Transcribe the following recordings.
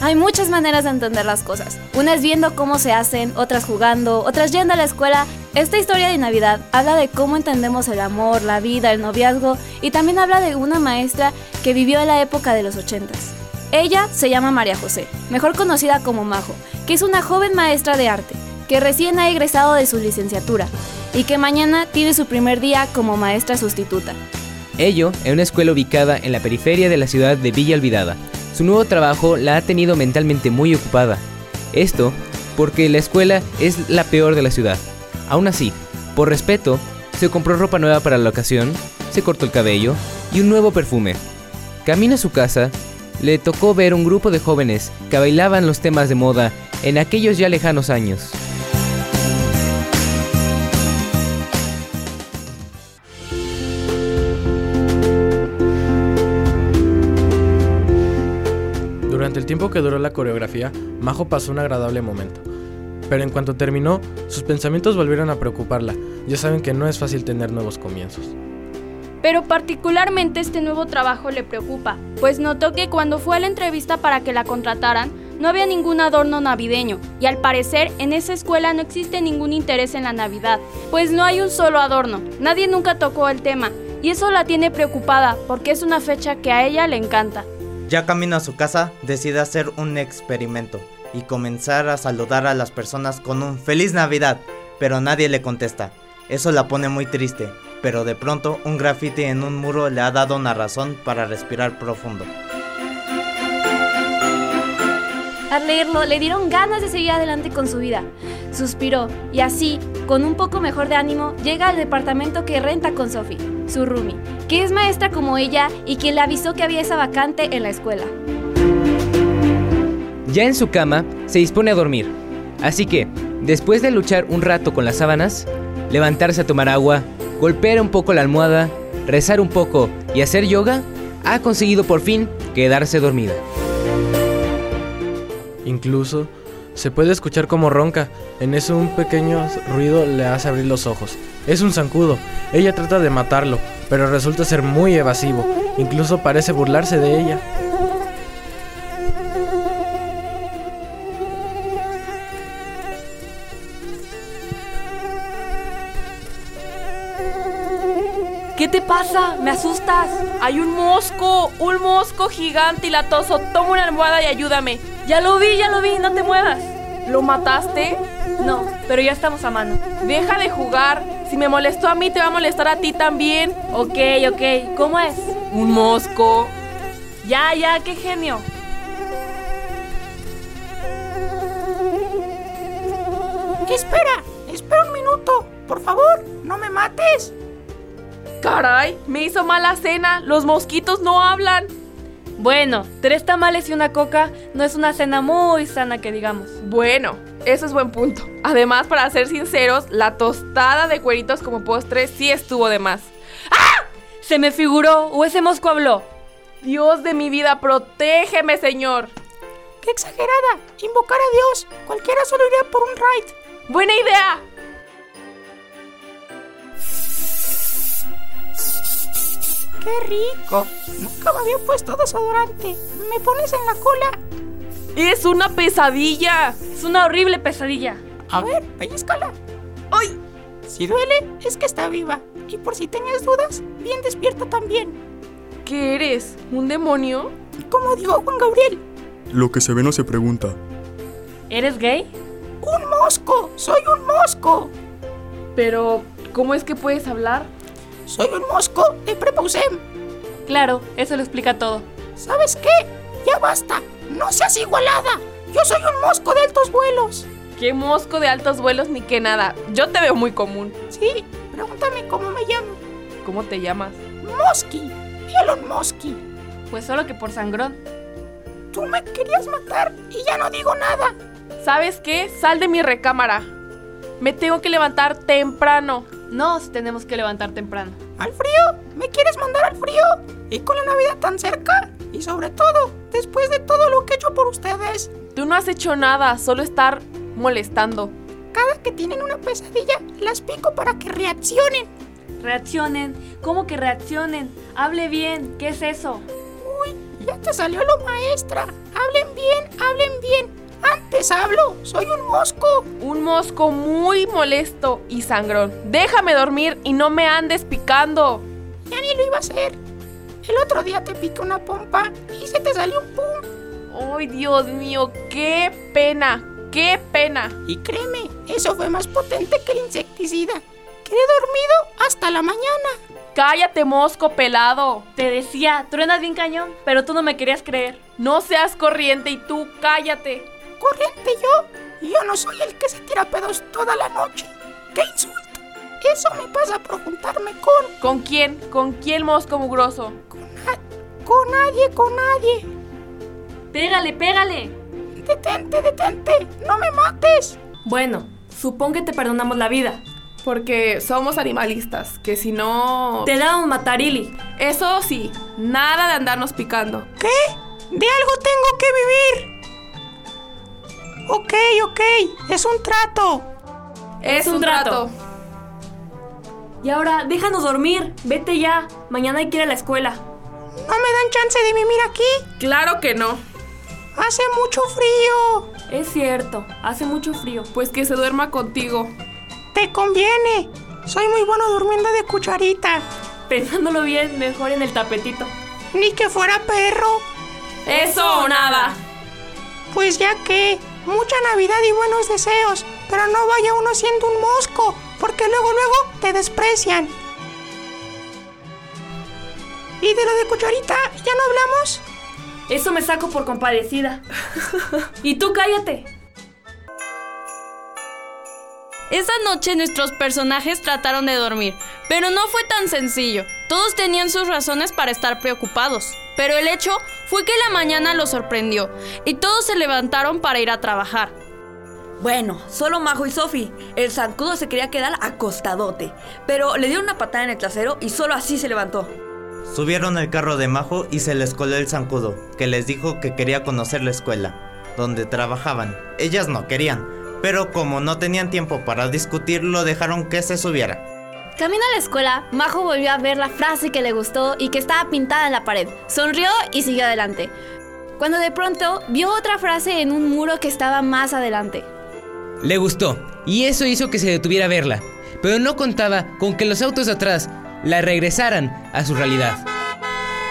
Hay muchas maneras de entender las cosas. Unas viendo cómo se hacen, otras jugando, otras yendo a la escuela. Esta historia de Navidad habla de cómo entendemos el amor, la vida, el noviazgo y también habla de una maestra que vivió en la época de los ochentas. Ella se llama María José, mejor conocida como Majo, que es una joven maestra de arte, que recién ha egresado de su licenciatura y que mañana tiene su primer día como maestra sustituta. Ello en una escuela ubicada en la periferia de la ciudad de Villa Olvidada. Su nuevo trabajo la ha tenido mentalmente muy ocupada. Esto porque la escuela es la peor de la ciudad. Aún así, por respeto, se compró ropa nueva para la ocasión, se cortó el cabello y un nuevo perfume. Camino a su casa, le tocó ver un grupo de jóvenes que bailaban los temas de moda en aquellos ya lejanos años. Durante el tiempo que duró la coreografía, Majo pasó un agradable momento. Pero en cuanto terminó, sus pensamientos volvieron a preocuparla. Ya saben que no es fácil tener nuevos comienzos. Pero particularmente este nuevo trabajo le preocupa, pues notó que cuando fue a la entrevista para que la contrataran, no había ningún adorno navideño, y al parecer en esa escuela no existe ningún interés en la Navidad, pues no hay un solo adorno, nadie nunca tocó el tema, y eso la tiene preocupada porque es una fecha que a ella le encanta. Ya camino a su casa, decide hacer un experimento y comenzar a saludar a las personas con un feliz Navidad, pero nadie le contesta. Eso la pone muy triste, pero de pronto un graffiti en un muro le ha dado una razón para respirar profundo. Al leerlo, le dieron ganas de seguir adelante con su vida. Suspiró y así, con un poco mejor de ánimo, llega al departamento que renta con Sophie, su roomie, que es maestra como ella y quien le avisó que había esa vacante en la escuela. Ya en su cama, se dispone a dormir. Así que, después de luchar un rato con las sábanas, levantarse a tomar agua, golpear un poco la almohada, rezar un poco y hacer yoga, ha conseguido por fin quedarse dormida. Incluso se puede escuchar como ronca. En eso un pequeño ruido le hace abrir los ojos. Es un zancudo. Ella trata de matarlo, pero resulta ser muy evasivo. Incluso parece burlarse de ella. ¿Qué te pasa? ¿Me asustas? Hay un mosco, un mosco gigante y latoso. Toma una almohada y ayúdame. Ya lo vi, ya lo vi, no te muevas. ¿Lo mataste? No, pero ya estamos a mano. Deja de jugar. Si me molestó a mí, te va a molestar a ti también. Ok, ok. ¿Cómo es? Un mosco. Ya, ya, qué genio. Espera, espera un minuto. Por favor, no me mates. Caray, me hizo mala cena. Los mosquitos no hablan. Bueno, tres tamales y una coca no es una cena muy sana que digamos. Bueno, eso es buen punto. Además, para ser sinceros, la tostada de cueritos como postre sí estuvo de más. ¡Ah! Se me figuró, o ese mosco habló. Dios de mi vida, protégeme, señor. ¡Qué exagerada! Invocar a Dios. Cualquiera solo iría por un raid. Buena idea. ¡Qué rico! Nunca me había puesto desodorante. ¿Me pones en la cola? ¡Es una pesadilla! ¡Es una horrible pesadilla! A ver, pellizcala. ¡Ay! Si duele, es que está viva. Y por si tenías dudas, bien despierta también. ¿Qué eres? ¿Un demonio? ¿Cómo digo, Juan Gabriel? Lo que se ve no se pregunta. ¿Eres gay? ¡Un mosco! ¡Soy un mosco! Pero, ¿cómo es que puedes hablar? Soy un mosco de Prepausem. Claro, eso lo explica todo. ¿Sabes qué? Ya basta. No seas igualada. Yo soy un mosco de altos vuelos. ¿Qué mosco de altos vuelos ni qué nada? Yo te veo muy común. Sí, pregúntame cómo me llamo. ¿Cómo te llamas? Mosky. Elon Mosky. Pues solo que por sangrón. Tú me querías matar y ya no digo nada. ¿Sabes qué? Sal de mi recámara. Me tengo que levantar temprano. Nos tenemos que levantar temprano. ¿Al frío? ¿Me quieres mandar al frío? ¿Y con la Navidad tan cerca? Y sobre todo, después de todo lo que he hecho por ustedes. Tú no has hecho nada, solo estar molestando. Cada que tienen una pesadilla, las pico para que reaccionen. ¿Reaccionen? ¿Cómo que reaccionen? Hable bien, ¿qué es eso? Uy, ya te te salió lo maestra. Hablen bien, hablen bien. Antes hablo, soy un mosco. Un mosco muy molesto y sangrón. Déjame dormir y no me andes picando. Ya ni lo iba a hacer. El otro día te piqué una pompa y se te salió un pum. ¡Ay, Dios mío! ¡Qué pena! ¡Qué pena! Y créeme, eso fue más potente que el insecticida. Quedé dormido hasta la mañana. ¡Cállate, mosco pelado! Te decía, truenas bien cañón, pero tú no me querías creer. No seas corriente y tú cállate. Corriente yo. Yo no soy el que se tira pedos toda la noche. ¡Qué insulto! Eso me pasa por juntarme con... ¿Con quién? ¿Con quién, mosco mugroso? con, na- con nadie, con nadie. Pégale, pégale. Detente, detente. No me mates. Bueno, supón que te perdonamos la vida. Porque somos animalistas, que si no... Te da un matarili. Eso sí, nada de andarnos picando. ¿Qué? De algo tengo que vivir. Ok, ok. Es un trato. Es, un un trato. trato. Y ahora, déjanos dormir. Vete ya. Mañana hay que ir a la escuela. No me dan chance de vivir aquí. Claro que no. Hace mucho frío. Es cierto, hace mucho frío. Pues que se duerma contigo. Te conviene. Soy muy bueno durmiendo de cucharita. Pensándolo bien, mejor en el tapetito. Ni que fuera perro. Eso o nada. Pues ya que. Mucha Navidad y buenos deseos. Pero no vaya uno siendo un mosco. Porque luego, luego te desprecian. ¿Y de lo de cucharita? ¿Ya no hablamos? Eso me saco por compadecida. y tú cállate. Esa noche nuestros personajes trataron de dormir, pero no fue tan sencillo. Todos tenían sus razones para estar preocupados, pero el hecho fue que la mañana los sorprendió y todos se levantaron para ir a trabajar. Bueno, solo Majo y Sofi. El zancudo se quería quedar acostadote, pero le dieron una patada en el trasero y solo así se levantó. Subieron el carro de Majo y se les coló el zancudo, que les dijo que quería conocer la escuela, donde trabajaban. Ellas no querían, pero como no tenían tiempo para discutirlo, dejaron que se subiera. Camino a la escuela, Majo volvió a ver la frase que le gustó y que estaba pintada en la pared. Sonrió y siguió adelante. Cuando de pronto vio otra frase en un muro que estaba más adelante. Le gustó, y eso hizo que se detuviera a verla, pero no contaba con que los autos de atrás la regresaran a su realidad.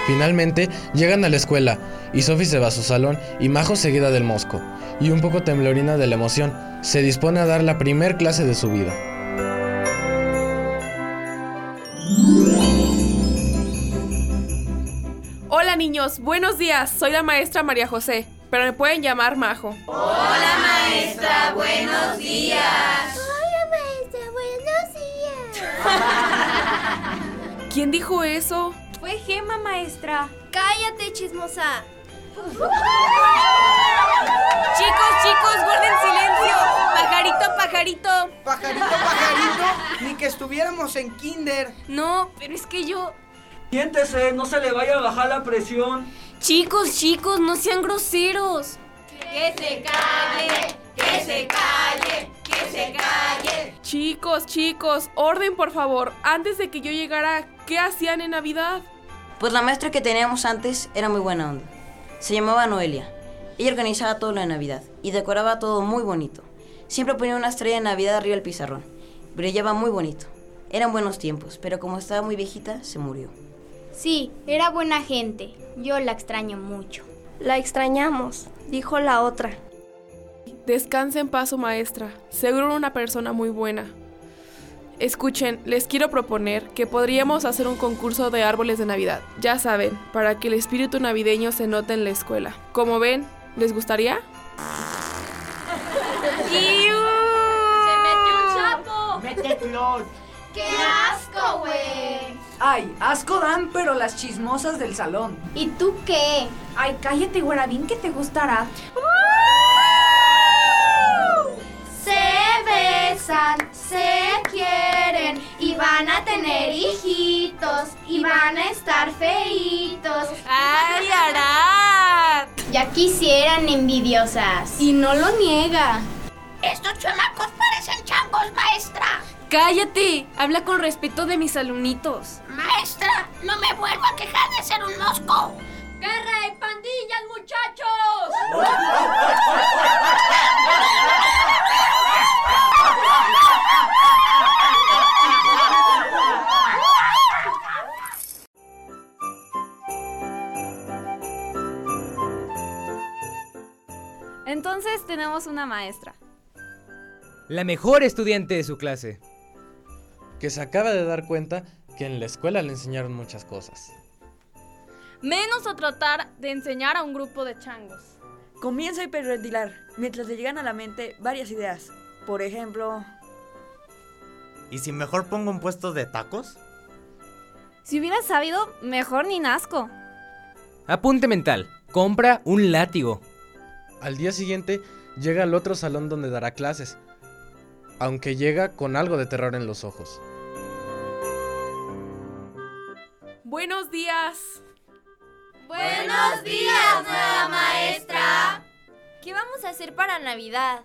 Finalmente llegan a la escuela y Sophie se va a su salón y Majo seguida del mosco y un poco temblorina de la emoción se dispone a dar la primer clase de su vida. Hola niños, buenos días. Soy la maestra María José, pero me pueden llamar Majo. Hola maestra, buenos días. ¿Quién dijo eso? Fue Gema, maestra. Cállate, chismosa. Chicos, chicos, guarden silencio. Pajarito, pajarito. Pajarito, pajarito, ni que estuviéramos en kinder. No, pero es que yo... Siéntese, no se le vaya a bajar la presión. Chicos, chicos, no sean groseros. Chicos, chicos, orden por favor. Antes de que yo llegara, ¿qué hacían en Navidad? Pues la maestra que teníamos antes era muy buena onda. Se llamaba Noelia. Ella organizaba todo lo de Navidad y decoraba todo muy bonito. Siempre ponía una estrella de Navidad arriba del pizarrón. Brillaba muy bonito. Eran buenos tiempos, pero como estaba muy viejita, se murió. Sí, era buena gente. Yo la extraño mucho. La extrañamos, dijo la otra. Descansa en paz, su maestra. Seguro era una persona muy buena. Escuchen, les quiero proponer que podríamos hacer un concurso de árboles de Navidad. Ya saben, para que el espíritu navideño se note en la escuela. Como ven, ¿les gustaría? uh. ¡Qué asco, güey! Ay, asco dan, pero las chismosas del salón. ¿Y tú qué? Ay, cállate, guarabín, que te gustará. Se besan, se quieren y van a tener hijitos y van a estar feitos. ¡Ay, Arat! Ya quisieran envidiosas. Y no lo niega. Estos chamacos parecen changos, maestra. Cállate, habla con respeto de mis alumnitos. Maestra, no me vuelvo a quejar de ser un mosco. ¡Qué ¡Guerra de pandillas, muchachos! Entonces tenemos una maestra. La mejor estudiante de su clase. Que se acaba de dar cuenta que en la escuela le enseñaron muchas cosas. Menos a tratar de enseñar a un grupo de changos. Comienza a hiperventilar mientras le llegan a la mente varias ideas. Por ejemplo, ¿Y si mejor pongo un puesto de tacos? Si hubieras sabido, mejor ni nazco. Apunte mental. Compra un látigo. Al día siguiente llega al otro salón donde dará clases, aunque llega con algo de terror en los ojos. Buenos días. Buenos días, nueva maestra. ¿Qué vamos a hacer para Navidad?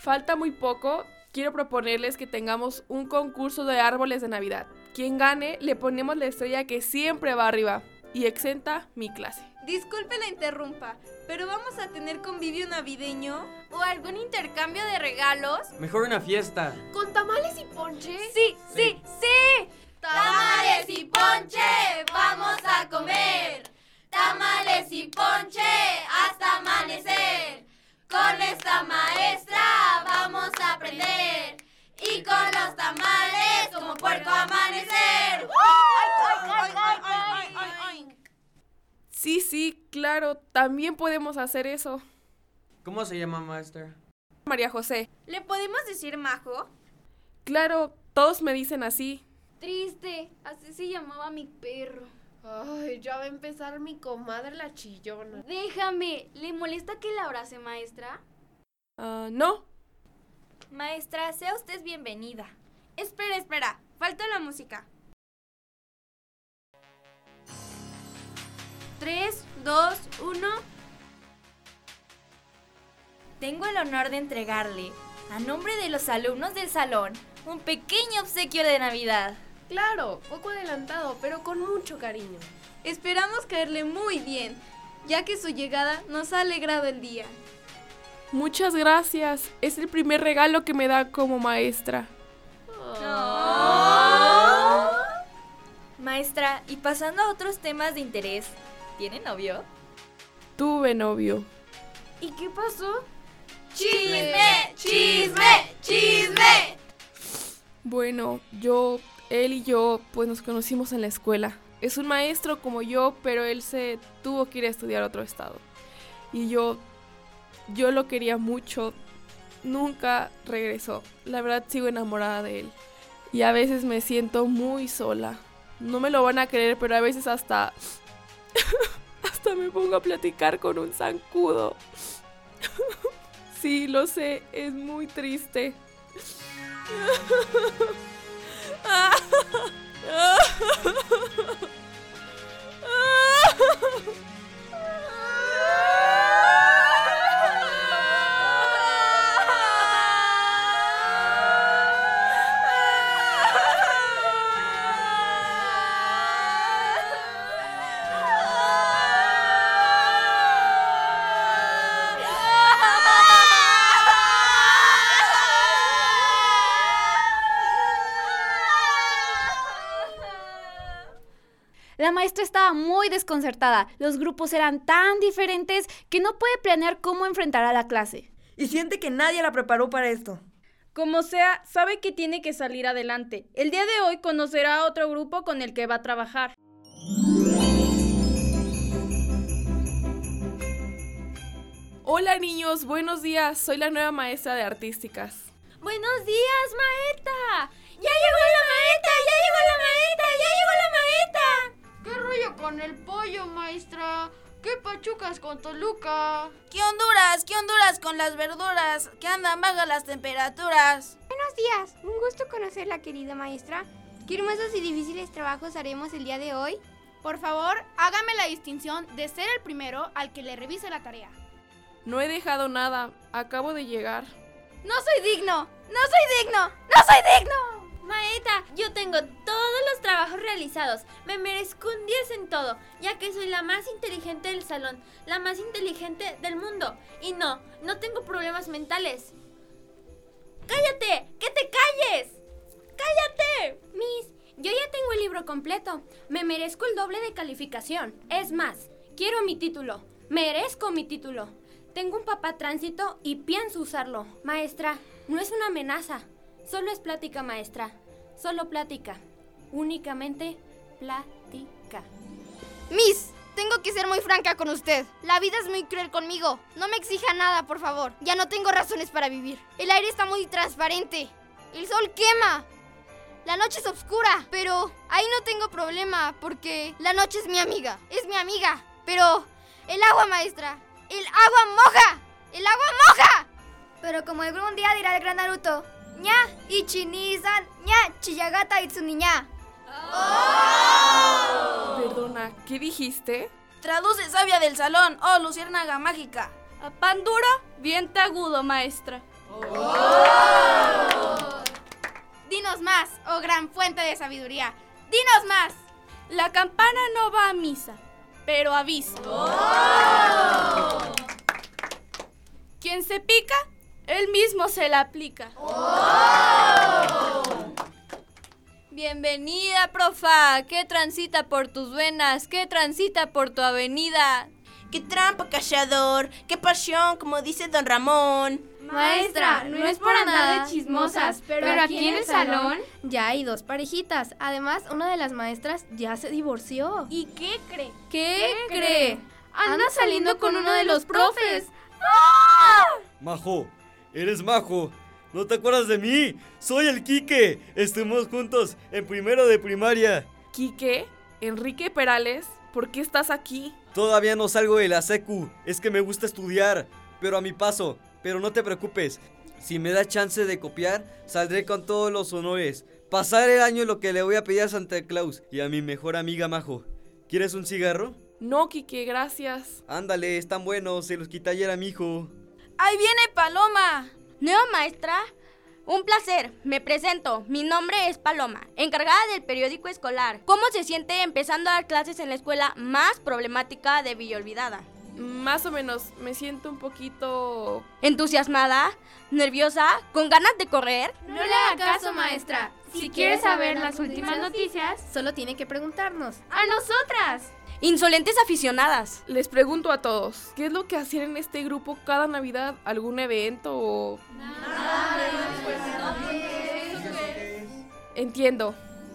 Falta muy poco. Quiero proponerles que tengamos un concurso de árboles de Navidad. Quien gane, le ponemos la estrella que siempre va arriba y exenta mi clase. Disculpe la interrumpa, pero vamos a tener convivio navideño ¿O algún intercambio de regalos? Mejor una fiesta. ¿Con tamales y ponche? Sí, sí, sí. ¡Tamales y ponche! ¡Vamos a comer! ¡Tamales y ponche! ¡Hasta amanecer! Con esta maestra vamos a aprender. Y con los tamales como puerco amanecer. Sí, sí, claro, también podemos hacer eso. ¿Cómo se llama, maestra? María José. ¿Le podemos decir majo? Claro, todos me dicen así. Triste, así se llamaba mi perro. Ay, ya va a empezar mi comadre la chillona. Déjame, ¿le molesta que la abrace, maestra? Ah, no. Maestra, sea usted bienvenida. Espera, espera, falta la música. 3, 2, 1. Tengo el honor de entregarle, a nombre de los alumnos del salón, un pequeño obsequio de Navidad. Claro, poco adelantado, pero con mucho cariño. Esperamos caerle muy bien, ya que su llegada nos ha alegrado el día. Muchas gracias. Es el primer regalo que me da como maestra. Oh. Maestra, y pasando a otros temas de interés, ¿tiene novio? Tuve novio. ¿Y qué pasó? ¡Chisme! ¡Chisme! ¡Chisme! Bueno, yo, él y yo, pues nos conocimos en la escuela. Es un maestro como yo, pero él se tuvo que ir a estudiar a otro estado. Y yo, yo lo quería mucho. Nunca regresó. La verdad sigo enamorada de él. Y a veces me siento muy sola. No me lo van a creer, pero a veces hasta... hasta me pongo a platicar con un zancudo. sí, lo sé, es muy triste. La maestra estaba muy desconcertada. Los grupos eran tan diferentes que no puede planear cómo enfrentará la clase. Y siente que nadie la preparó para esto. Como sea, sabe que tiene que salir adelante. El día de hoy conocerá a otro grupo con el que va a trabajar. Hola niños, buenos días. Soy la nueva maestra de artísticas. Buenos días, maestra. Ya llegó la maestra, ya llegó la maestra, ya llegó la maestra. ¿Qué rollo con el pollo, maestra? ¿Qué pachucas con Toluca? ¿Qué Honduras? ¿Qué Honduras con las verduras? Que andan vagas las temperaturas. Buenos días, un gusto conocerla, querida maestra. ¿Qué hermosos y difíciles trabajos haremos el día de hoy? Por favor, hágame la distinción de ser el primero al que le revise la tarea. No he dejado nada, acabo de llegar. No soy digno, no soy digno, no soy digno. Maeta, yo tengo todos los trabajos realizados. Me merezco un 10 en todo, ya que soy la más inteligente del salón, la más inteligente del mundo. Y no, no tengo problemas mentales. ¡Cállate! ¡Que te calles! ¡Cállate! Miss, yo ya tengo el libro completo. Me merezco el doble de calificación. Es más, quiero mi título. Merezco mi título. Tengo un papá tránsito y pienso usarlo. Maestra, no es una amenaza. Solo es plática, maestra. Solo plática. Únicamente plática. Miss, tengo que ser muy franca con usted. La vida es muy cruel conmigo. No me exija nada, por favor. Ya no tengo razones para vivir. El aire está muy transparente. El sol quema. La noche es oscura, pero ahí no tengo problema porque la noche es mi amiga. Es mi amiga. Pero el agua, maestra. El agua moja. El agua moja. Pero como algún día dirá el gran Naruto, ña ichinisan ña chiyagata itsuniña. Perdona, ¿qué dijiste? Traduce sabia del salón, oh luciérnaga mágica. A pan duro, viento agudo, maestra. Oh. Dinos más, oh gran fuente de sabiduría. Dinos más. La campana no va a misa, pero avisa. Oh. Quien se pica, él mismo se la aplica. Oh. Bienvenida, profa. ¿Qué transita por tus venas? ¿Qué transita por tu avenida? ¡Qué trampa, callador! ¡Qué pasión, como dice don Ramón! Maestra, no es por andar de chismosas, pero, pero aquí en el salón ya hay dos parejitas. Además, una de las maestras ya se divorció. ¿Y qué cree? ¿Qué, ¿Qué cree? Anda saliendo con uno de los profes. ¡Ah! Majo, eres Majo. ¿No te acuerdas de mí? Soy el Quique. Estuvimos juntos en primero de primaria. ¿Quique? ¿Enrique Perales? ¿Por qué estás aquí? Todavía no salgo de la secu. Es que me gusta estudiar, pero a mi paso. Pero no te preocupes. Si me da chance de copiar, saldré con todos los honores. Pasar el año es lo que le voy a pedir a Santa Claus y a mi mejor amiga Majo. ¿Quieres un cigarro? No, Quique, gracias. Ándale, están buenos, se los quita ayer a mi hijo. ¡Ahí viene Paloma! ¿No, maestra? Un placer, me presento. Mi nombre es Paloma, encargada del periódico escolar. ¿Cómo se siente empezando a dar clases en la escuela más problemática de Villa Olvidada? Más o menos, me siento un poquito... ¿Entusiasmada? ¿Nerviosa? ¿Con ganas de correr? No le haga caso, maestra. Si quiere saber las últimas noticias, solo tiene que preguntarnos. ¡A nosotras! Insolentes aficionadas. Les pregunto a todos, ¿qué es lo que hacían en este grupo cada Navidad? ¿Algún evento o...? Entiendo.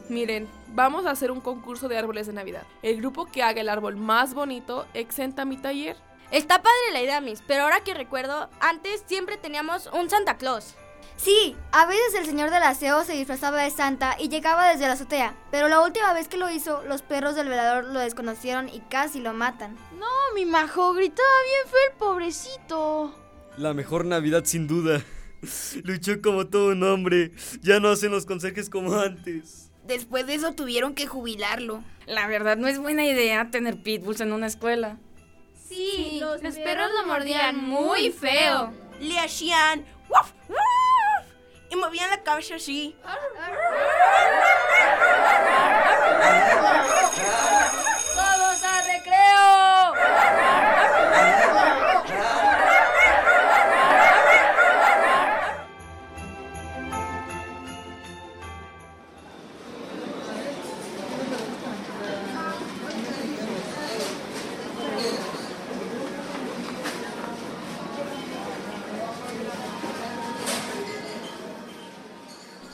Miren, vamos a hacer un concurso de árboles de Navidad. El grupo que haga el árbol más bonito exenta mi taller. Está padre la idea, Miss, pero ahora que recuerdo, antes siempre teníamos un Santa Claus. Sí, a veces el señor del aseo se disfrazaba de Santa y llegaba desde la azotea, pero la última vez que lo hizo, los perros del velador lo desconocieron y casi lo matan. No, mi majo, gritaba bien fue el pobrecito. La mejor Navidad sin duda. Luchó como todo un hombre. Ya no hacen los consejes como antes. Después de eso tuvieron que jubilarlo. La verdad no es buena idea tener pitbulls en una escuela. Sí, sí los, los, perros, perros lo mordían muy feo. Le hacían ¡Waf! ¡Waf! y movían la cabeza así. ¡Todos a recreo!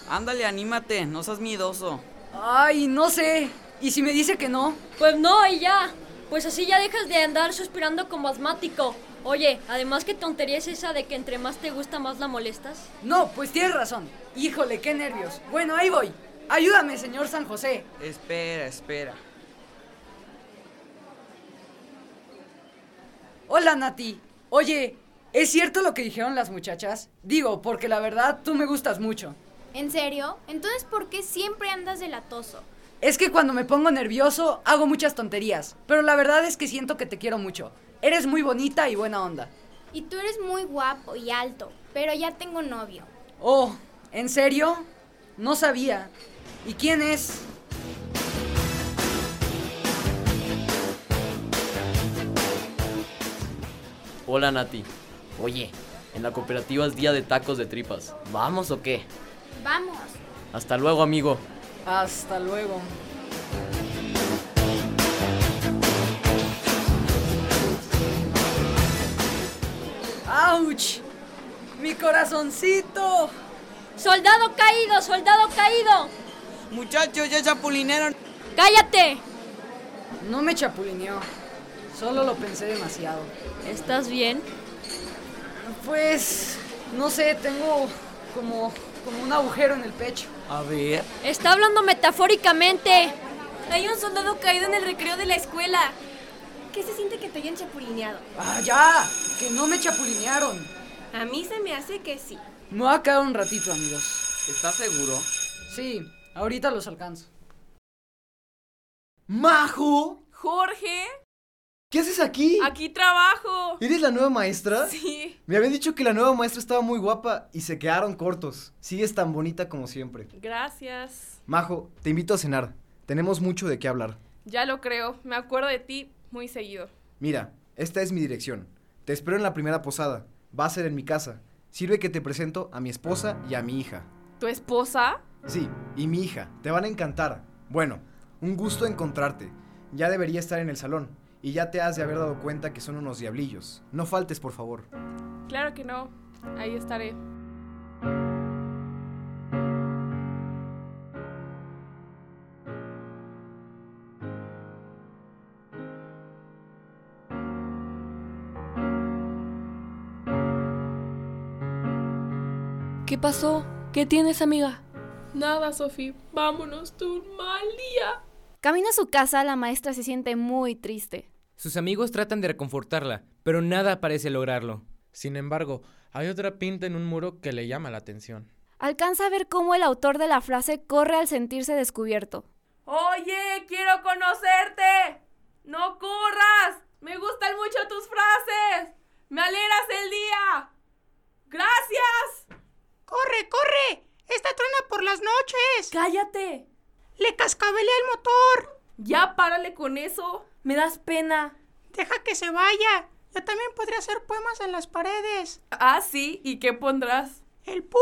Ándale, anímate, no seas miedoso. Ay, no sé. ¿Y si me dice que no? Pues no, y ya. Pues así ya dejas de andar suspirando como asmático. Oye, además qué tontería es esa de que entre más te gusta más la molestas. No, pues tienes razón. Híjole, qué nervios. Bueno, ahí voy. Ayúdame, señor San José. Espera, espera. Hola, Nati. Oye, ¿es cierto lo que dijeron las muchachas? Digo, porque la verdad tú me gustas mucho. ¿En serio? Entonces, ¿por qué siempre andas delatoso? Es que cuando me pongo nervioso hago muchas tonterías, pero la verdad es que siento que te quiero mucho. Eres muy bonita y buena onda. Y tú eres muy guapo y alto, pero ya tengo novio. Oh, ¿en serio? No sabía. ¿Y quién es? Hola Nati. Oye, en la cooperativa es día de tacos de tripas. ¿Vamos o qué? Vamos. Hasta luego, amigo. Hasta luego. ¡Auch! ¡Mi corazoncito! ¡Soldado caído! ¡Soldado caído! Muchachos, ya chapulinearon. ¡Cállate! No me chapulineó. Solo lo pensé demasiado. ¿Estás bien? Pues, no sé, tengo como, como un agujero en el pecho. A ver. Está hablando metafóricamente. Hay un soldado caído en el recreo de la escuela. ¿Qué se siente que te hayan chapulineado? ¡Ah, ya! ¡Que no me chapulinearon! A mí se me hace que sí. Me voy a quedar un ratito, amigos. ¿Estás seguro? Sí, ahorita los alcanzo. ¡Majo! Jorge, ¿Qué haces aquí? aquí trabajo. ¿Eres la nueva maestra? Sí. Me habían dicho que la nueva maestra estaba muy guapa y se quedaron cortos. Sigues tan bonita como siempre. Gracias. Majo, te invito a cenar. Tenemos mucho de qué hablar. Ya lo creo. Me acuerdo de ti muy seguido. Mira, esta es mi dirección. Te espero en la primera posada. Va a ser en mi casa. Sirve que te presento a mi esposa y a mi hija. ¿Tu esposa? Sí, y mi hija. Te van a encantar. Bueno, un gusto encontrarte. Ya debería estar en el salón. Y ya te has de haber dado cuenta que son unos diablillos. No faltes, por favor. Claro que no. Ahí estaré. ¿Qué pasó? ¿Qué tienes, amiga? Nada, Sofi. Vámonos, tú. Mal día. Camino a su casa, la maestra se siente muy triste. Sus amigos tratan de reconfortarla, pero nada parece lograrlo. Sin embargo, hay otra pinta en un muro que le llama la atención. Alcanza a ver cómo el autor de la frase corre al sentirse descubierto. Oye, quiero conocerte. No corras. Me gustan mucho tus frases. Me alegras el día. Gracias. ¡Corre, corre! ¡Esta truena por las noches! ¡Cállate! ¡Le cascabelea el motor! Ya párale con eso. Me das pena. ¡Deja que se vaya! Yo también podría hacer poemas en las paredes. Ah, sí. ¿Y qué pondrás? El pum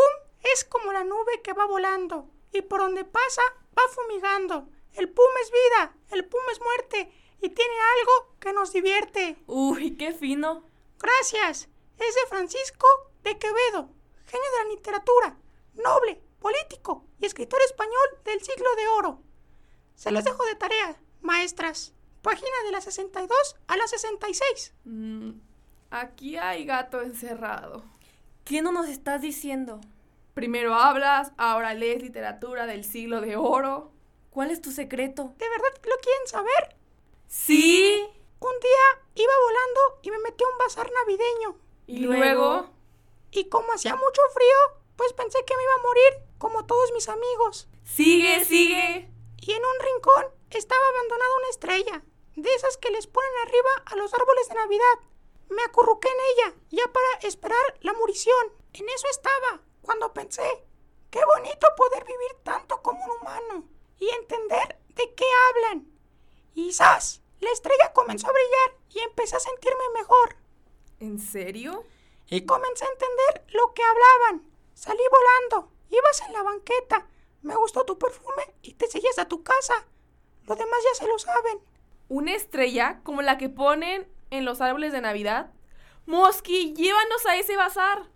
es como la nube que va volando y por donde pasa va fumigando. El pum es vida, el pum es muerte y tiene algo que nos divierte. Uy, qué fino. Gracias. Es de Francisco de Quevedo, genio de la literatura, noble, político y escritor español del siglo de oro. Se los dejo de tarea, maestras. Página de la 62 a la 66. Mm, aquí hay gato encerrado. ¿Qué no nos estás diciendo? Primero hablas, ahora lees literatura del siglo de oro. ¿Cuál es tu secreto? ¿De verdad lo quieren saber? Sí. Un día iba volando y me metí a un bazar navideño. ¿Y luego? Y como hacía mucho frío, pues pensé que me iba a morir, como todos mis amigos. Sigue, sigue. Y en un rincón estaba abandonada una estrella, de esas que les ponen arriba a los árboles de Navidad. Me acurruqué en ella, ya para esperar la murición. En eso estaba, cuando pensé, qué bonito poder vivir tanto como un humano y entender de qué hablan. Y ¡zas! La estrella comenzó a brillar y empecé a sentirme mejor. ¿En serio? Y comencé a entender lo que hablaban. Salí volando, ibas en la banqueta, me gustó tu perfume y te seguías a tu casa. Lo demás ya se lo saben. Una estrella como la que ponen en los árboles de Navidad. Mosqui, llévanos a ese bazar.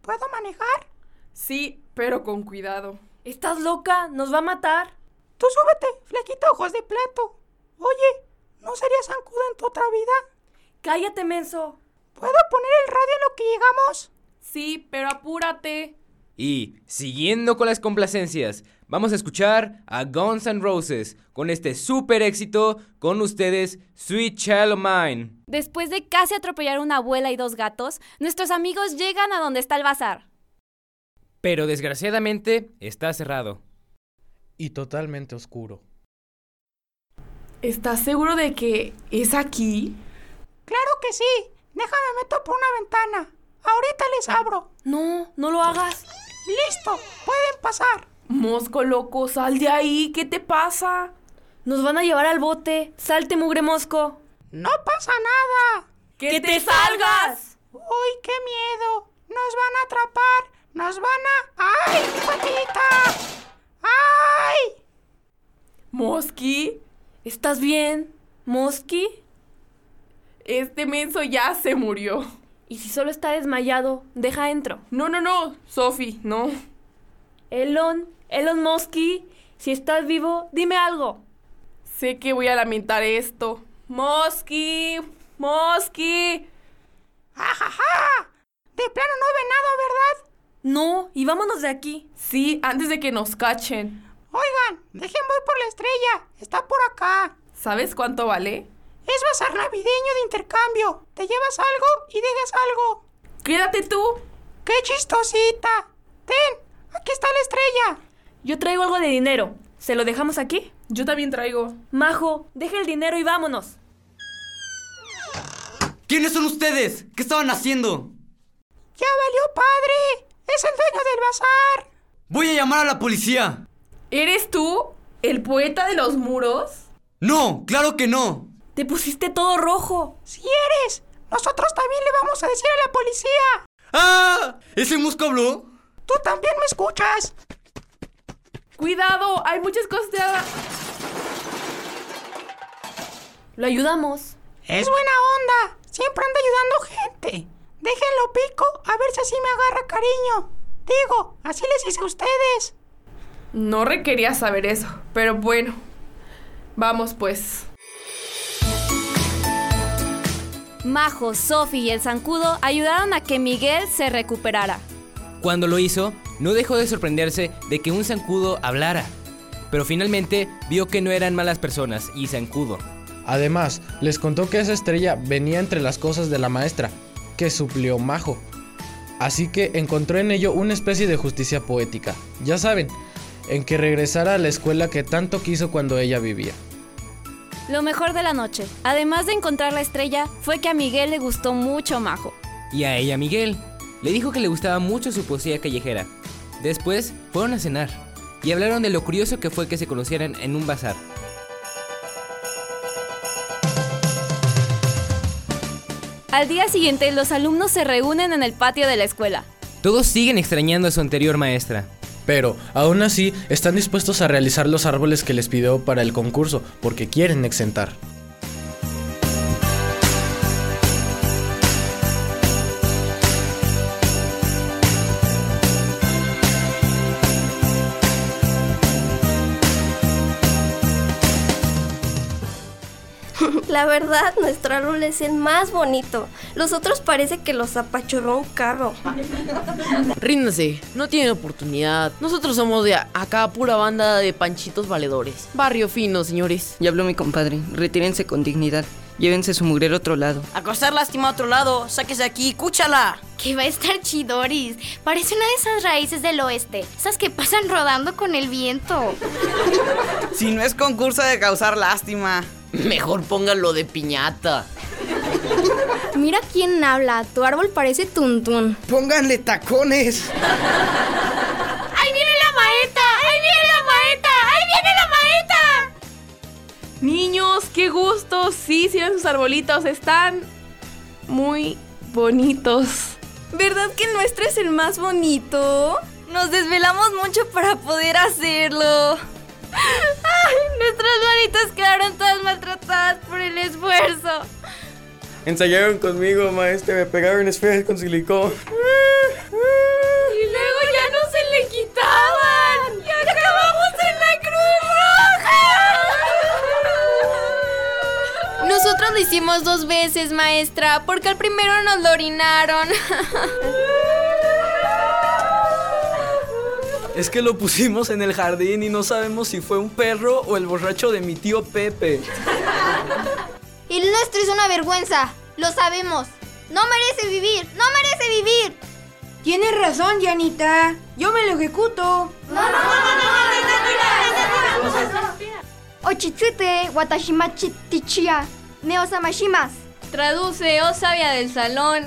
¿Puedo manejar? Sí, pero con cuidado. ¿Estás loca? ¿Nos va a matar? Tú súbete, flequito ojos de plato. Oye, ¿no serías zancudo en tu otra vida? Cállate, menso. ¿Puedo poner el radio en lo que llegamos? Sí, pero apúrate. Y, siguiendo con las complacencias, vamos a escuchar a Guns N' Roses con este super éxito con ustedes, Sweet Child of Mine. Después de casi atropellar a una abuela y dos gatos, nuestros amigos llegan a donde está el bazar. Pero desgraciadamente está cerrado. Y totalmente oscuro. ¿Estás seguro de que es aquí? Claro que sí. Déjame meto por una ventana. Ahorita les abro. No, no lo hagas. Listo, pueden pasar. Mosco loco, sal de ahí, ¿qué te pasa? Nos van a llevar al bote. Salte, mugre mosco. No pasa nada. ¡Que ¡Que te te salgas! salgas! Uy, qué miedo. Nos van a atrapar. Nos van a... ¡Ay, patita! ¡Ay! Mosqui, ¿Estás bien, Mosqui? este menso ya se murió. Y si solo está desmayado, deja entro. No, no, no, Sofi, no. Elon, Elon Mosqui, si estás vivo, dime algo. Sé que voy a lamentar esto. Mosqui, Mosqui. ¡Ajaja! De plano no ve nada, ¿verdad? No, y vámonos de aquí. Sí, antes de que nos cachen. Oigan, dejen voy por la estrella. Está por acá. ¿Sabes cuánto vale? Es bazar navideño de intercambio. Te llevas algo y dejas algo. Quédate tú. ¡Qué chistosita! Ten, aquí está la estrella. Yo traigo algo de dinero. ¿Se lo dejamos aquí? Yo también traigo. Majo, deja el dinero y vámonos. ¿Quiénes son ustedes? ¿Qué estaban haciendo? ¡Ya valió padre! ¡Es el dueño del bazar! Voy a llamar a la policía. ¿Eres tú el poeta de los muros? No, claro que no. Te pusiste todo rojo. ¡Si eres! Nosotros también le vamos a decir a la policía. ¡Ah! ¿Ese musco habló? ¡Tú también me escuchas! Cuidado, hay muchas cosas de... Lo ayudamos. Es buena onda. Siempre anda ayudando gente. Déjenlo pico a ver si así me agarra cariño. Digo, así les hice a ustedes. No requería saber eso, pero bueno. Vamos pues. Majo, Sofi y el zancudo ayudaron a que Miguel se recuperara. Cuando lo hizo, no dejó de sorprenderse de que un zancudo hablara. Pero finalmente vio que no eran malas personas y zancudo. Además, les contó que esa estrella venía entre las cosas de la maestra, que suplió Majo. Así que encontró en ello una especie de justicia poética, ya saben, en que regresara a la escuela que tanto quiso cuando ella vivía. Lo mejor de la noche, además de encontrar la estrella, fue que a Miguel le gustó mucho Majo. Y a ella Miguel. Le dijo que le gustaba mucho su poesía callejera. Después fueron a cenar y hablaron de lo curioso que fue que se conocieran en un bazar. Al día siguiente, los alumnos se reúnen en el patio de la escuela. Todos siguen extrañando a su anterior maestra. Pero, aún así, están dispuestos a realizar los árboles que les pidió para el concurso, porque quieren exentar. La verdad, nuestro árbol es el más bonito. Los otros parece que los apachurró un carro. Ríndanse, no tienen oportunidad. Nosotros somos de a- acá pura banda de panchitos valedores. Barrio fino, señores. Ya habló mi compadre. Retírense con dignidad. Llévense su mugrero a otro lado. Acosar lástima a otro lado, sáquese aquí, cúchala. Que va a estar chidoris. Parece una de esas raíces del oeste. Esas que pasan rodando con el viento. Si no es concurso de causar lástima. Mejor pónganlo de piñata. Mira quién habla. Tu árbol parece tuntún. Pónganle tacones. ¡Ahí viene la maeta! ¡Ahí viene la maeta! ¡Ahí viene la maeta! Niños, qué gusto. Sí, sí, sus arbolitos están muy bonitos. ¿Verdad que el nuestro es el más bonito? Nos desvelamos mucho para poder hacerlo. ¡Ay! Nuestras manitas quedaron todas maltratadas por el esfuerzo. Ensayaron conmigo, maestra. Me pegaron esferas con silicón. Y luego ya no se le quitaban. Y acabamos en la Cruz Roja. Nosotros lo hicimos dos veces, maestra, porque al primero nos lo orinaron. Es que lo pusimos en el jardín y no sabemos si fue un perro o el borracho de mi tío Pepe. El nuestro es una vergüenza. Lo sabemos. No merece vivir. No merece vivir. Tienes razón, Janita. Yo me lo ejecuto. Ochitsuite, Watashimachi Tichia, Neosamashimas. Traduce, oh sabia del salón.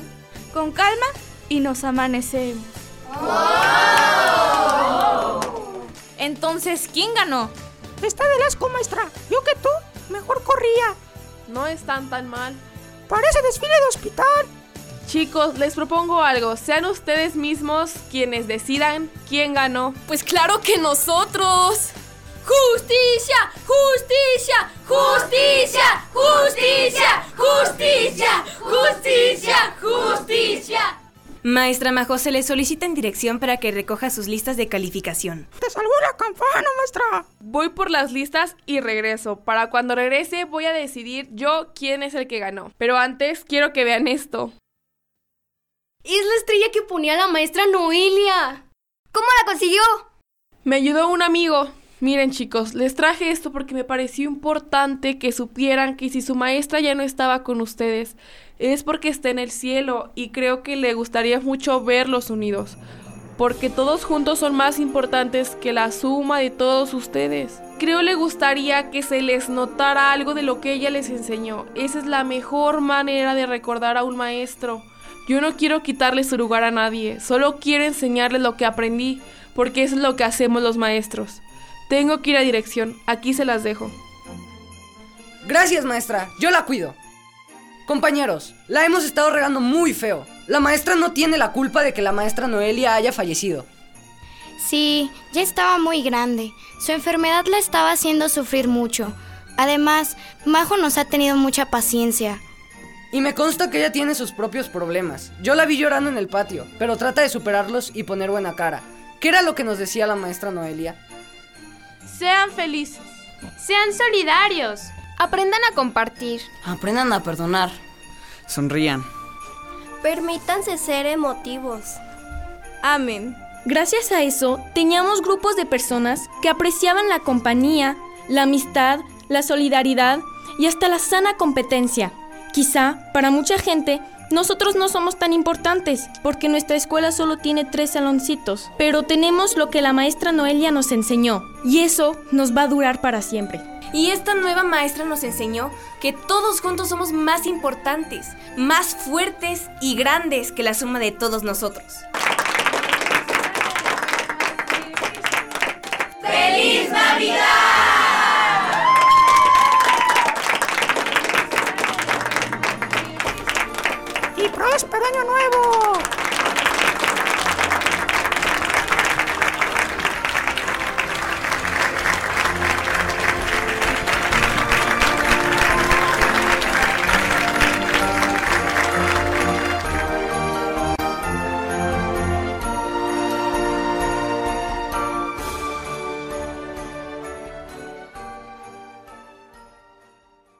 Con calma y nos amanecemos. Entonces, ¿quién ganó? Está de asco, maestra. Yo que tú, mejor corría. No están tan mal. Parece desfile de hospital. Chicos, les propongo algo. Sean ustedes mismos quienes decidan quién ganó. Pues claro que nosotros. ¡Justicia! ¡Justicia! ¡Justicia! ¡Justicia! ¡Justicia! ¡Justicia! ¡Justicia! Maestra Majo, se le solicita en dirección para que recoja sus listas de calificación. ¡Te salvó la campana, maestra! Voy por las listas y regreso. Para cuando regrese voy a decidir yo quién es el que ganó. Pero antes quiero que vean esto. Es la estrella que ponía la maestra Noelia. ¿Cómo la consiguió? Me ayudó un amigo. Miren chicos, les traje esto porque me pareció importante que supieran que si su maestra ya no estaba con ustedes, es porque está en el cielo y creo que le gustaría mucho verlos unidos, porque todos juntos son más importantes que la suma de todos ustedes. Creo le gustaría que se les notara algo de lo que ella les enseñó. Esa es la mejor manera de recordar a un maestro. Yo no quiero quitarle su lugar a nadie, solo quiero enseñarles lo que aprendí, porque eso es lo que hacemos los maestros. Tengo que ir a dirección, aquí se las dejo. Gracias, maestra. Yo la cuido. Compañeros, la hemos estado regando muy feo. La maestra no tiene la culpa de que la maestra Noelia haya fallecido. Sí, ya estaba muy grande. Su enfermedad la estaba haciendo sufrir mucho. Además, Majo nos ha tenido mucha paciencia. Y me consta que ella tiene sus propios problemas. Yo la vi llorando en el patio, pero trata de superarlos y poner buena cara. ¿Qué era lo que nos decía la maestra Noelia? Sean felices. Sean solidarios. Aprendan a compartir. Aprendan a perdonar. Sonrían. Permítanse ser emotivos. Amén. Gracias a eso, teníamos grupos de personas que apreciaban la compañía, la amistad, la solidaridad y hasta la sana competencia. Quizá, para mucha gente, nosotros no somos tan importantes, porque nuestra escuela solo tiene tres saloncitos, pero tenemos lo que la maestra Noelia nos enseñó, y eso nos va a durar para siempre. Y esta nueva maestra nos enseñó que todos juntos somos más importantes, más fuertes y grandes que la suma de todos nosotros. ¡Feliz Navidad! ¡Próspero año nuevo!